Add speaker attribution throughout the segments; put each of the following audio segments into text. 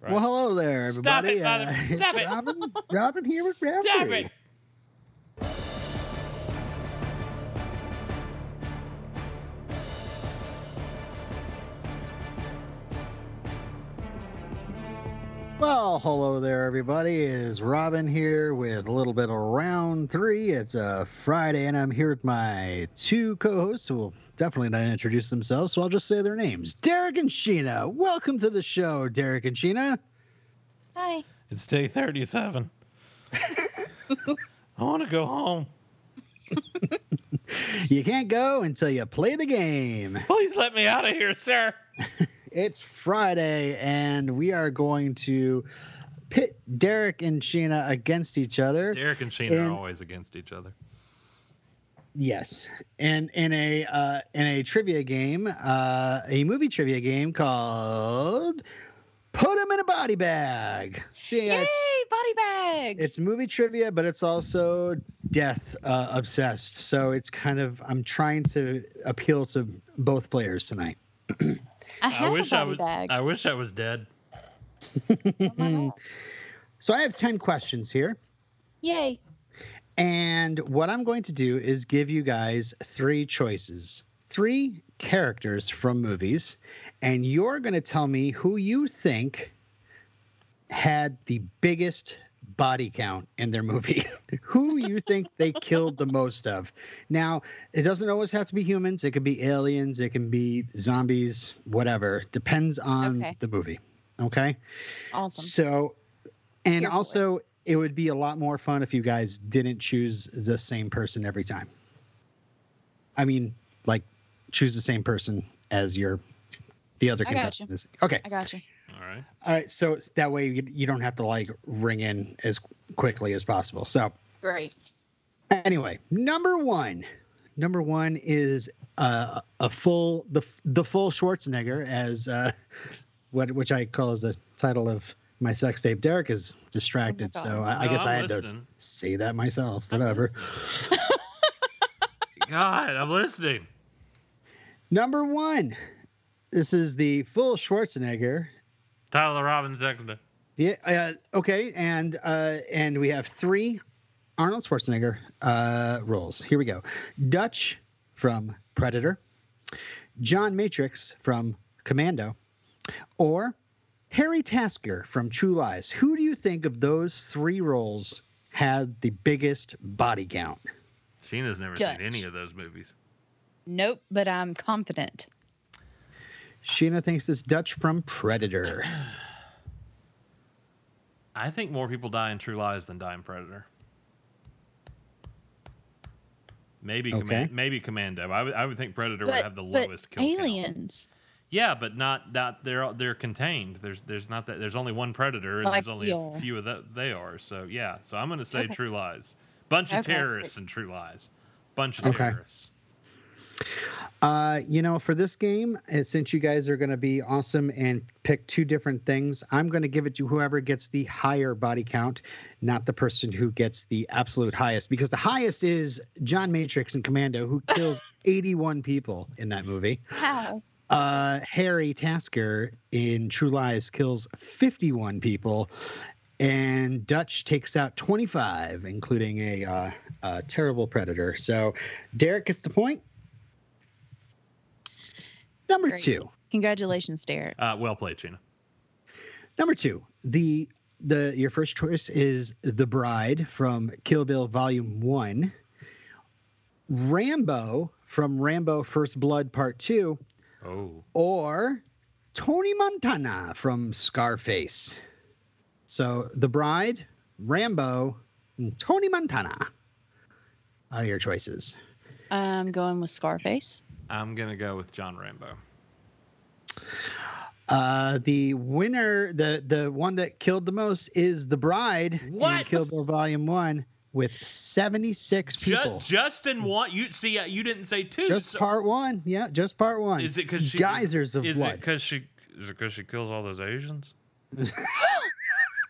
Speaker 1: Right.
Speaker 2: Well, hello there,
Speaker 1: Stop
Speaker 2: everybody.
Speaker 1: it, mother-
Speaker 2: Uh,
Speaker 1: stop it.
Speaker 2: Robin, Robin here with Rafferty.
Speaker 1: Stop it.
Speaker 2: Well, hello there, everybody. It Is Robin here with a little bit of round three. It's a Friday, and I'm here with my two co-hosts who will definitely not introduce themselves, so I'll just say their names. Derek and Sheena. Welcome to the show, Derek and Sheena.
Speaker 3: Hi.
Speaker 1: It's day 37. I want to go home.
Speaker 2: You can't go until you play the game.
Speaker 1: Please let me out of here, sir.
Speaker 2: It's Friday, and we are going to pit Derek and Sheena against each other.
Speaker 4: Derek and Sheena
Speaker 2: And-
Speaker 4: are always against each other.
Speaker 2: Yes, and in a uh, in a trivia game, uh, a movie trivia game called "Put 'Em in a Body Bag." See,
Speaker 3: Yay,
Speaker 2: it's
Speaker 3: body bags.
Speaker 2: it's movie trivia, but it's also death uh, obsessed. So it's kind of I'm trying to appeal to both players tonight.
Speaker 4: I
Speaker 3: I have
Speaker 4: wish
Speaker 3: a
Speaker 4: I
Speaker 3: body
Speaker 4: was.
Speaker 3: bag.
Speaker 4: I wish I was dead.
Speaker 3: Oh my God.
Speaker 2: So I have ten questions here.
Speaker 3: Yay.
Speaker 2: And what I'm going to do is give you guys three choices, three characters from movies, and you're going to tell me who you think had the biggest body count in their movie, who you think they killed the most of. Now, it doesn't always have to be humans, it could be aliens, it can be zombies, whatever. Depends on
Speaker 3: Okay.
Speaker 2: the movie. Okay.
Speaker 3: Awesome.
Speaker 2: So, and
Speaker 3: Here for it.
Speaker 2: also, it would be a lot more fun if you guys didn't choose the same person every time. I mean, like, choose the same person as your the other
Speaker 3: I gotcha.
Speaker 2: contestant. is. Okay,
Speaker 3: I got you.
Speaker 4: All right.
Speaker 2: all right. So it's- that way you, you don't have to like ring in as quickly as possible. So
Speaker 3: Great.
Speaker 2: anyway, number one, number one is uh, a full the the full Schwarzenegger as uh, what which I call as the title of my sex tape. Derek is distracted,
Speaker 3: God.
Speaker 2: so I, I
Speaker 4: Oh No,
Speaker 2: guess
Speaker 4: I'm
Speaker 2: i had to
Speaker 4: listening.
Speaker 2: say that myself.
Speaker 4: I'm
Speaker 2: Whatever.
Speaker 4: listening. God, I'm listening.
Speaker 2: Number one, this is the full Schwarzenegger.
Speaker 4: Tyler Robbins Exeter.
Speaker 2: Yeah. Uh, okay, and uh, and we have three Arnold Schwarzenegger uh, roles. Here we go: Dutch from Predator, John Matrix from Commando, or Harry Tasker from True Lies. Who do you think of those three roles had the biggest body count?
Speaker 4: Sheena's never
Speaker 3: Dutch.
Speaker 4: seen any of those movies.
Speaker 3: Nope, but I'm confident.
Speaker 2: Sheena thinks it's Dutch from Predator.
Speaker 4: I think more people die in True Lies than die in Predator. Maybe,
Speaker 2: Okay.
Speaker 4: command, maybe Commando. I would, I would think Predator
Speaker 3: but,
Speaker 4: would have the
Speaker 3: but
Speaker 4: lowest kill count.
Speaker 3: aliens.
Speaker 4: Yeah, but not that they're they're contained. There's there's not that there's only one predator and
Speaker 3: Like
Speaker 4: there's only
Speaker 3: Eel.
Speaker 4: a few of that they are. So yeah, so I'm gonna say
Speaker 3: Okay.
Speaker 4: True Lies, bunch of
Speaker 3: Okay.
Speaker 4: terrorists and True Lies, bunch of
Speaker 2: Okay.
Speaker 4: terrorists.
Speaker 2: Uh, you know, for this game, uh, since you guys are going to be awesome and pick two different things, I'm going to give it to whoever gets the higher body count, not the person who gets the absolute highest, because the highest is John Matrix and Commando, who kills 81 people in that movie.
Speaker 3: How?
Speaker 2: Uh, Harry Tasker in True Lies kills 51 people, and Dutch takes out 25, including a, uh, a terrible predator. So Derek gets the point. Number
Speaker 3: Great.
Speaker 2: two.
Speaker 3: Congratulations, Derek.
Speaker 4: Uh, well played, Gina.
Speaker 2: Number two, the the your first choice is The Bride from Kill Bill Volume One, Rambo from Rambo First Blood Part Two,
Speaker 4: Oh,
Speaker 2: or Tony Montana from Scarface. So The Bride, Rambo, and Tony Montana are your choices.
Speaker 3: I'm going with Scarface.
Speaker 4: I'm gonna go with John Rambo.
Speaker 2: Uh, the winner, the the one that killed the most, is The Bride in
Speaker 4: What?
Speaker 2: Kill Bill Volume One with seventy six people.
Speaker 4: Ju- Justin, want you see? uh, You didn't say two.
Speaker 2: just
Speaker 4: so-
Speaker 2: part one, yeah, just part one.
Speaker 4: Is it because she
Speaker 2: geysers of
Speaker 4: is, is
Speaker 2: blood?
Speaker 4: it because she is it because she kills all those Asians?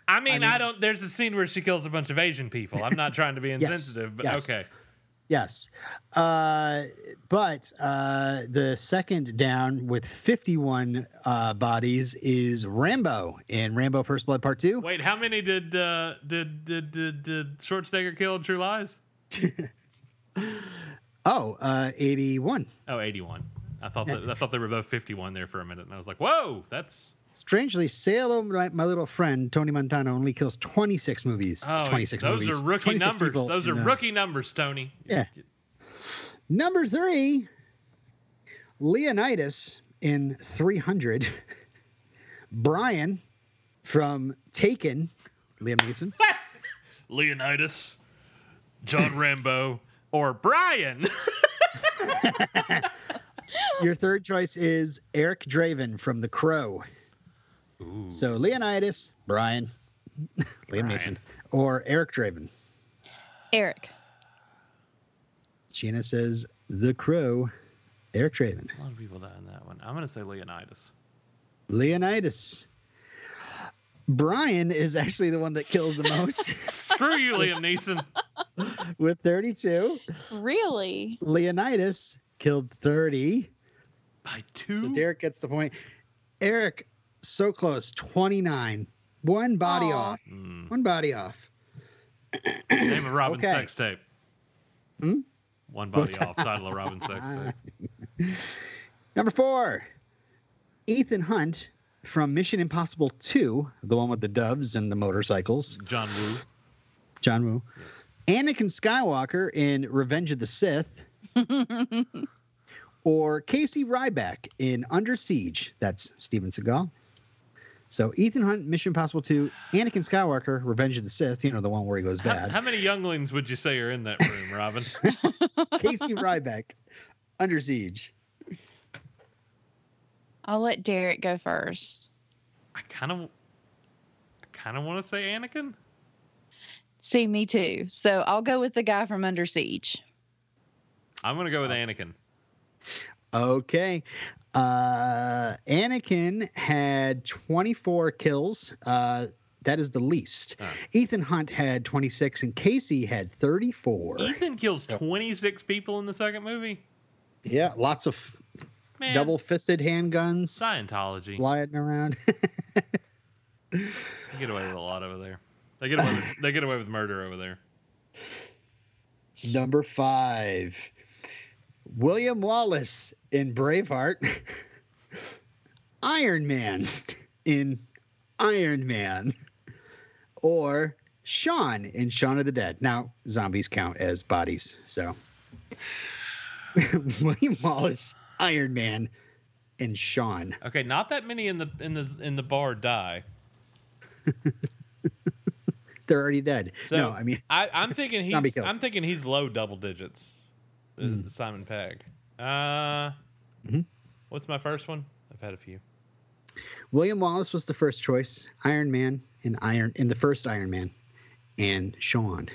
Speaker 4: I mean, I,
Speaker 2: mean-
Speaker 4: don't. There's a scene where she kills a bunch of Asian people. I'm not trying to be
Speaker 2: Yes,
Speaker 4: insensitive, but
Speaker 2: yes.
Speaker 4: okay.
Speaker 2: Yes. Uh, but uh, the second down with 51 uh, bodies is Rambo in Rambo First Blood Part 2.
Speaker 4: Wait, how many did uh, did, did did did Schwarzenegger kill in True Lies?
Speaker 2: Oh, uh, 81.
Speaker 4: Oh, 81. I thought that, I thought they were both 51 there for a minute, and I was like, whoa, that's
Speaker 2: Strangely, say hello, my, my little friend Tony Montana only kills 26 movies.
Speaker 4: oh,
Speaker 2: 26
Speaker 4: those
Speaker 2: movies.
Speaker 4: are rookie
Speaker 2: 26
Speaker 4: numbers.
Speaker 2: people
Speaker 4: Those are
Speaker 2: in, uh,
Speaker 4: rookie numbers, Tony.
Speaker 2: Yeah. Number three, Leonidas in 300. Brian from Taken, Liam Neeson.
Speaker 4: Leonidas, John Rambo, or Brian.
Speaker 2: Your third choice is Eric Draven from The Crow.
Speaker 4: Ooh.
Speaker 2: So Leonidas, Brian, Liam
Speaker 4: Brian.
Speaker 2: Neeson, or Eric Draven.
Speaker 3: Eric.
Speaker 2: Sheena says The Crow, Eric Draven.
Speaker 4: A lot of people die in that one. I'm gonna say Leonidas.
Speaker 2: Leonidas. Brian is actually the one that kills the most
Speaker 4: Screw you, Liam Neeson.
Speaker 2: with 32.
Speaker 3: Really?
Speaker 2: Leonidas killed 30.
Speaker 4: By two.
Speaker 2: So Derek gets the point. Eric, so close, 29. One body
Speaker 3: Aw.
Speaker 2: off.
Speaker 4: Mm.
Speaker 2: One body off.
Speaker 4: Name of Robin
Speaker 2: Okay.
Speaker 4: sex tape.
Speaker 2: Hmm?
Speaker 4: One body off. Title of Robin sex tape.
Speaker 2: Number four, Ethan Hunt from Mission Impossible 2, the one with the doves and the motorcycles.
Speaker 4: John Woo.
Speaker 2: John Woo. Anakin Skywalker in Revenge of the Sith. or Casey Ryback in Under Siege. That's Steven Seagal. So Ethan Hunt, Mission Impossible 2, Anakin Skywalker, Revenge of the Sith, you know, the one where he goes
Speaker 4: How,
Speaker 2: bad.
Speaker 4: how many younglings would you say are in that room, Robin?
Speaker 2: Casey Ryback, Under Siege.
Speaker 3: I'll let Derek go first.
Speaker 4: I kind of, I kind of want to say Anakin.
Speaker 3: See, me too. So I'll go with the guy from Under Siege.
Speaker 4: I'm gonna go
Speaker 2: Oh,
Speaker 4: with Anakin.
Speaker 2: Okay. Uh, Anakin had 24 kills. Uh, that is the least.
Speaker 4: Ah.
Speaker 2: Ethan Hunt had 26, and Casey had 34.
Speaker 4: Ethan kills
Speaker 2: So-
Speaker 4: 26 people in the second movie.
Speaker 2: Yeah, lots of
Speaker 4: Man,
Speaker 2: double fisted handguns
Speaker 4: Scientology.
Speaker 2: sliding around.
Speaker 4: They get away with a lot over there. They get away. With, they get away with murder over there.
Speaker 2: Number five, William Wallace in Braveheart, Iron Man in Iron Man, or Sean in Shaun of the Dead. Now, zombies count as bodies, so William Wallace, Iron Man, and Sean.
Speaker 4: Okay, not that many in the in the in the bar die.
Speaker 2: They're already dead.
Speaker 4: So-
Speaker 2: no, I mean,
Speaker 4: I, I'm thinking
Speaker 2: Zombie
Speaker 4: he's.
Speaker 2: kill. Hmm.
Speaker 4: I'm thinking he's low double digits. uh, Simon Pegg. Uh,
Speaker 2: Mhm.
Speaker 4: what's my first one? I've had a few.
Speaker 2: William Wallace was the first choice, Iron Man, and Iron in the first Iron Man, and Sean.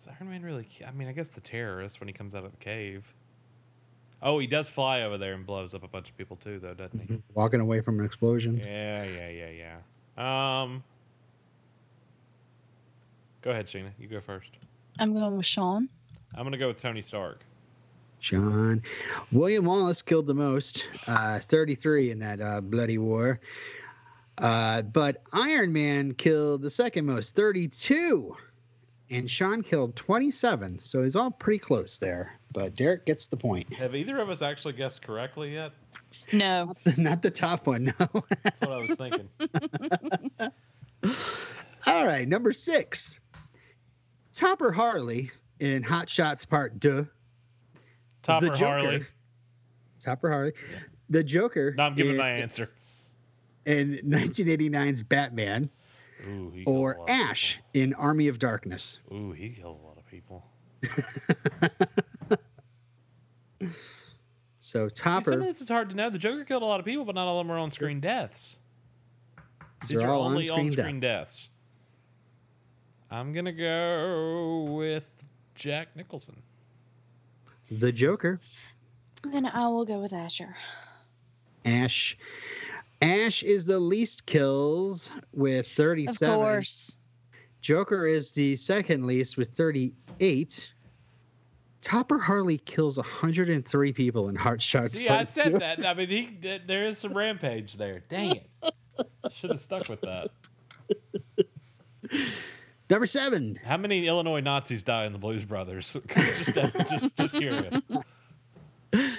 Speaker 4: Is Iron Man really? ki- I mean, I guess the terrorist when he comes out of the cave. Oh, he does fly over there and blows up a bunch of people too, though, doesn't he?
Speaker 2: Mm-hmm. Walking away from an explosion.
Speaker 4: Yeah, yeah, yeah, yeah. Um, go ahead, Sheena. You go first.
Speaker 3: I'm going with Sean.
Speaker 4: I'm gonna go with Tony Stark.
Speaker 2: Sean. William Wallace killed the most, uh, 33 in that uh, bloody war. Uh, but Iron Man killed the second most, 32. And Sean killed 27. So he's all pretty close there. But Derek gets the point.
Speaker 4: Have either of us actually guessed correctly yet?
Speaker 3: No.
Speaker 2: Not the top one, no.
Speaker 4: That's what I was thinking.
Speaker 2: all right, number six Topper Harley in Hot Shots Part 2.
Speaker 4: Topper Harley.
Speaker 2: Topper Harley. The Joker.
Speaker 4: No, I'm giving
Speaker 2: in-
Speaker 4: my answer.
Speaker 2: in 1989's Batman
Speaker 4: Ooh, he killed a
Speaker 2: or
Speaker 4: lot of
Speaker 2: Ash in Army of Darkness.
Speaker 4: people. Ooh, he kills a lot of people.
Speaker 2: So
Speaker 4: See, some of
Speaker 2: Topper,
Speaker 4: this is hard to know. The Joker killed a lot of people, but not all of them were on screen deaths.
Speaker 2: these are all on screen deaths.
Speaker 4: deaths. I'm gonna go with Jack Nicholson.
Speaker 2: The Joker,
Speaker 3: Then I will go with Asher.
Speaker 2: Ash. Ash is the least kills with
Speaker 3: Of
Speaker 2: 37.
Speaker 3: course.
Speaker 2: Joker is the second least with 38. Topper Harley kills 103 people in Heart Shots.
Speaker 4: See, I said that. I mean, he, th- there is some rampage there. Dang it. Should have stuck with that.
Speaker 2: Number seven,
Speaker 4: How many Illinois Nazis die in the Blues Brothers? just, uh, just, just curious. I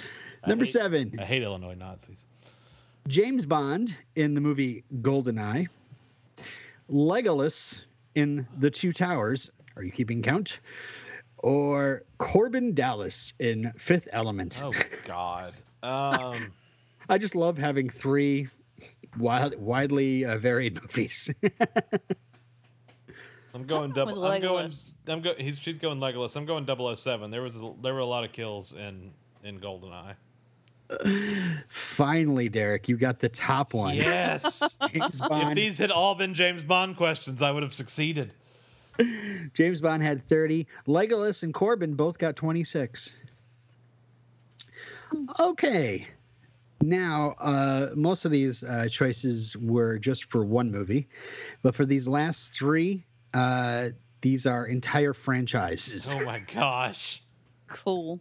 Speaker 2: number
Speaker 4: hate-
Speaker 2: seven,
Speaker 4: I hate Illinois Nazis.
Speaker 2: James Bond in the movie Goldeneye, Legolas in The Two Towers. Are you keeping count? Or Corbin Dallas in Fifth Element.
Speaker 4: Oh God. Um,
Speaker 2: I just love having three wild, widely uh, varied movies.
Speaker 4: I'm going
Speaker 3: went
Speaker 4: double.
Speaker 3: with
Speaker 4: I'm going.
Speaker 3: Legolas.
Speaker 4: I'm go. He's, she's going Legolas. I'm going 007. There was a, there were a lot of kills in in Goldeneye.
Speaker 2: Finally, Derek, you got the top one.
Speaker 4: Yes.
Speaker 2: James
Speaker 4: if
Speaker 2: Bond.
Speaker 4: these had all been James Bond questions, I would have succeeded.
Speaker 2: James Bond had 30. Legolas and Corbin both got 26. Okay. Now, uh, most of these uh, choices were just for one movie, but for these last three, uh, these are entire franchises.
Speaker 4: Oh my gosh.
Speaker 3: Cool.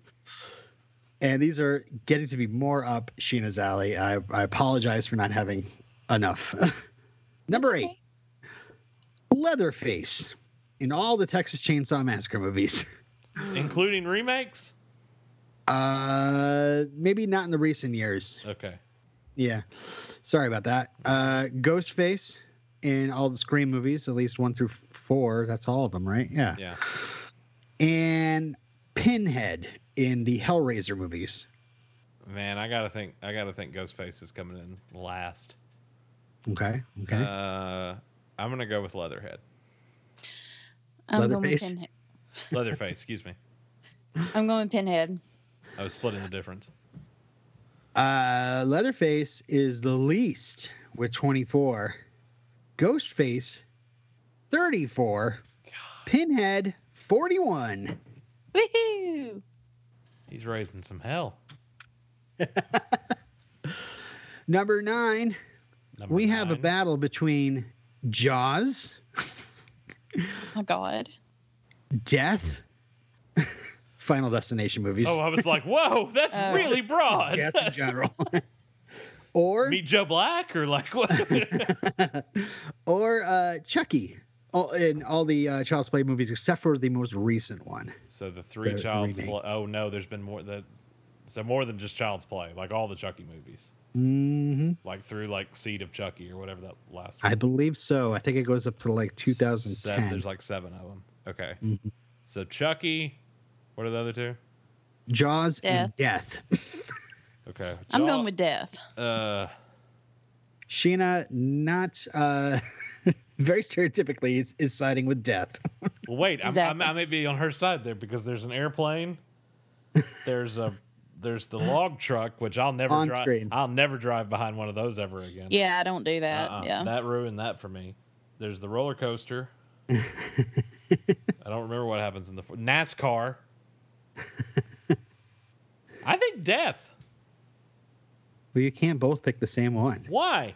Speaker 2: And these are getting to be more up Sheena's alley. I, I apologize for not having enough. Number
Speaker 3: That's
Speaker 2: eight,
Speaker 3: okay.
Speaker 2: Leatherface in all the Texas Chainsaw Massacre movies.
Speaker 4: Including remakes.
Speaker 2: Uh, maybe not in the recent years.
Speaker 4: Okay.
Speaker 2: Yeah, sorry about that. Uh, Ghostface in all the Scream movies, at least one through four. That's all of them, right? Yeah.
Speaker 4: Yeah.
Speaker 2: And Pinhead in the Hellraiser movies.
Speaker 4: Man, I gotta think. I gotta think. Ghostface is coming in last.
Speaker 2: Okay. Okay.
Speaker 4: Uh, I'm gonna go with Leatherhead.
Speaker 3: I'm going, with
Speaker 2: Leatherface?
Speaker 3: pinhead.
Speaker 4: Leatherface. excuse me.
Speaker 3: I'm going with pinhead.
Speaker 4: I was splitting the difference.
Speaker 2: Uh, Leatherface is the least with 24. Ghostface, 34. Pinhead, 41.
Speaker 3: Woohoo!
Speaker 4: He's raising some hell.
Speaker 2: Number nine,
Speaker 4: Number
Speaker 2: we have a
Speaker 4: nine.
Speaker 2: battle between Jaws,
Speaker 3: My God.
Speaker 2: Death, Final Destination movies,
Speaker 4: Oh, I was like, whoa, that's
Speaker 3: Oh.
Speaker 4: really broad.
Speaker 2: Death in general, or
Speaker 4: Meet Joe Black or like what?
Speaker 2: or uh, Chucky. All, in all the uh, Child's Play movies except for the most recent one.
Speaker 4: so the three
Speaker 2: The- the
Speaker 4: child's
Speaker 2: remake.
Speaker 4: play. Oh no, there's been more. That's so more than just child's play. Like all the Chucky movies,
Speaker 2: hmm
Speaker 4: like through like Seed of Chucky or whatever that last.
Speaker 2: I believe so. I think it goes up to like
Speaker 4: Seven,
Speaker 2: 2010.
Speaker 4: there's like seven of them. Okay.
Speaker 2: Mhm.
Speaker 4: So Chucky. What are the other two?
Speaker 2: Jaws and Death.
Speaker 4: Okay.
Speaker 3: I'm
Speaker 4: Jaw-
Speaker 3: going with death.
Speaker 4: Uh,
Speaker 2: Sheena, not uh, very stereotypically, is, is siding with Death.
Speaker 4: well, wait, I'm,
Speaker 3: Exactly.
Speaker 4: I'm, I may be on her side there because there's an airplane. There's a there's the log truck, which I'll never
Speaker 2: On
Speaker 4: drive.
Speaker 2: screen.
Speaker 4: I'll never drive behind one of those ever again.
Speaker 3: Yeah, I don't do that.
Speaker 4: Uh-uh.
Speaker 3: yeah.
Speaker 4: That ruined that for me. There's the roller coaster. I don't remember what happens in the fo- NASCAR. I think death.
Speaker 2: Well, you can't both pick the same one
Speaker 4: Why?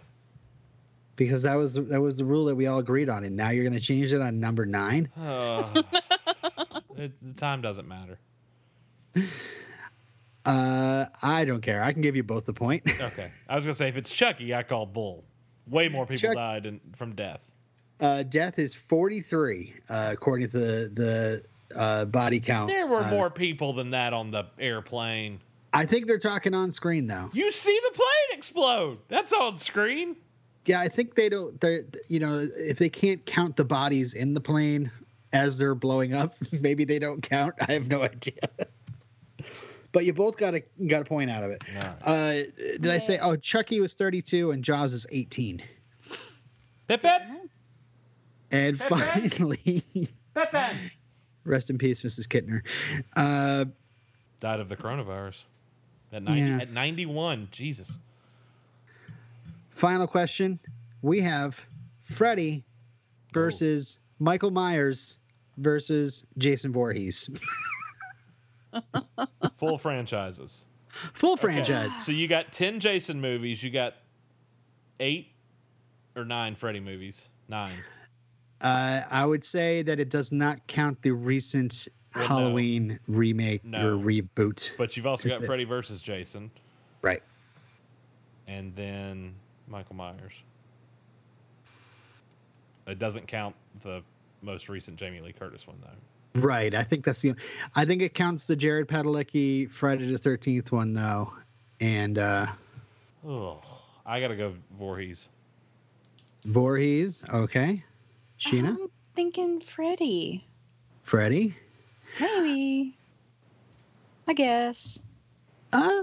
Speaker 2: because that was that was the rule that we all agreed on, and now you're going to change it on number nine.
Speaker 4: Oh, it, the time doesn't matter.
Speaker 2: Uh, I don't care. I can give you both the point.
Speaker 4: Okay. I was gonna say if it's Chucky, I call bull. Way more people
Speaker 2: Chuck-
Speaker 4: died in, from death.
Speaker 2: Uh, death is 43 uh, according to the the uh, body count.
Speaker 4: There were
Speaker 2: Uh,
Speaker 4: more people than that on the airplane.
Speaker 2: I think they're talking on screen though.
Speaker 4: You see the plane explode. That's on screen.
Speaker 2: Yeah, I think they don't. They you know if they can't count the bodies in the plane as they're blowing up, maybe they don't count. I have no idea. but you both got a got a point out of it. Uh, did I say?
Speaker 3: Yay.
Speaker 2: Oh, Chucky was 32 and Jaws is 18.
Speaker 4: Pip pip
Speaker 2: And
Speaker 4: Okay.
Speaker 2: finally,
Speaker 4: pip pip.
Speaker 2: rest in peace, Mrs. Kittner. Uh,
Speaker 4: Died of the coronavirus. At ninety.
Speaker 2: Yeah.
Speaker 4: At ninety-one. Jesus.
Speaker 2: Final question. We have Freddy versus Michael Myers versus Jason Voorhees.
Speaker 4: Full franchises.
Speaker 2: Full
Speaker 4: Okay.
Speaker 2: franchise.
Speaker 4: So you got ten Jason movies. You got eight or nine Freddy movies. Nine.
Speaker 2: Uh, I would say that it does not count the recent
Speaker 4: Well, no.
Speaker 2: Halloween remake
Speaker 4: No.
Speaker 2: or reboot.
Speaker 4: But you've also got Freddy versus Jason,
Speaker 2: Right.
Speaker 4: and then Michael Myers. It doesn't count the most recent Jamie Lee Curtis one though.
Speaker 2: Right. I think that's the. I think it counts the Jared Padalecki Friday the Thirteenth one though, and uh,
Speaker 4: Oh, I gotta go Voorhees.
Speaker 2: Voorhees. Okay. Sheena,
Speaker 4: Uh-huh.
Speaker 3: I'm thinking Freddy.
Speaker 2: Freddy.
Speaker 3: Maybe. I guess.
Speaker 2: Uh,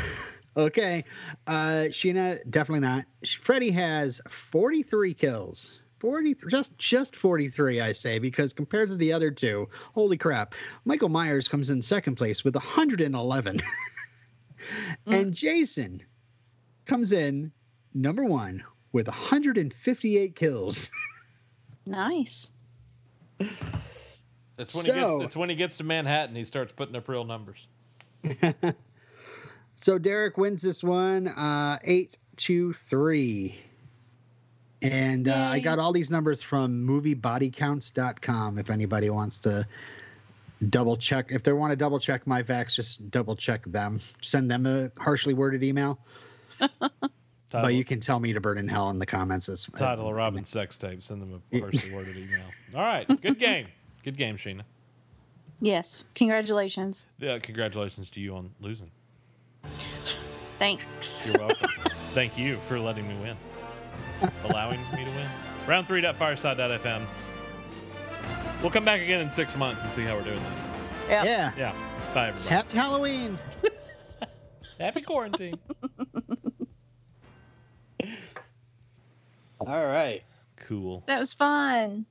Speaker 2: okay. Uh, Sheena, definitely not. Sh- Freddy has 43 kills. 43, just just 43, I say, because compared to the other two, holy crap, Michael Myers comes in second place with 111. and Jason comes in number one with 158 kills.
Speaker 3: Nice.
Speaker 4: It's when he
Speaker 2: So-
Speaker 4: gets. It's when he gets to Manhattan, he starts putting up real numbers.
Speaker 2: So Derek wins this one, uh, eight to three. And uh, I
Speaker 3: Yay.
Speaker 2: got all these numbers from moviebodycounts.com if anybody wants to double check. If they want to double check my facts, just double check them. Send them a harshly worded email.
Speaker 4: Title,
Speaker 2: But you can tell me to burn in hell in the comments. As,
Speaker 4: title of Robin's sex tape. Send them a personally worded email. All right, good game. Good game, Sheena.
Speaker 3: Yes. Congratulations.
Speaker 4: Yeah, congratulations to you on losing.
Speaker 3: Thanks.
Speaker 4: You're welcome. Thank you for letting me win. Allowing me to win. Round three dot fireside.fm. We'll come back again in six months and see how we're doing then.
Speaker 3: Yep.
Speaker 2: Yeah.
Speaker 4: Yeah. Bye everybody.
Speaker 2: Happy Halloween.
Speaker 4: Happy quarantine.
Speaker 2: All right.
Speaker 4: cool.
Speaker 3: That was fun.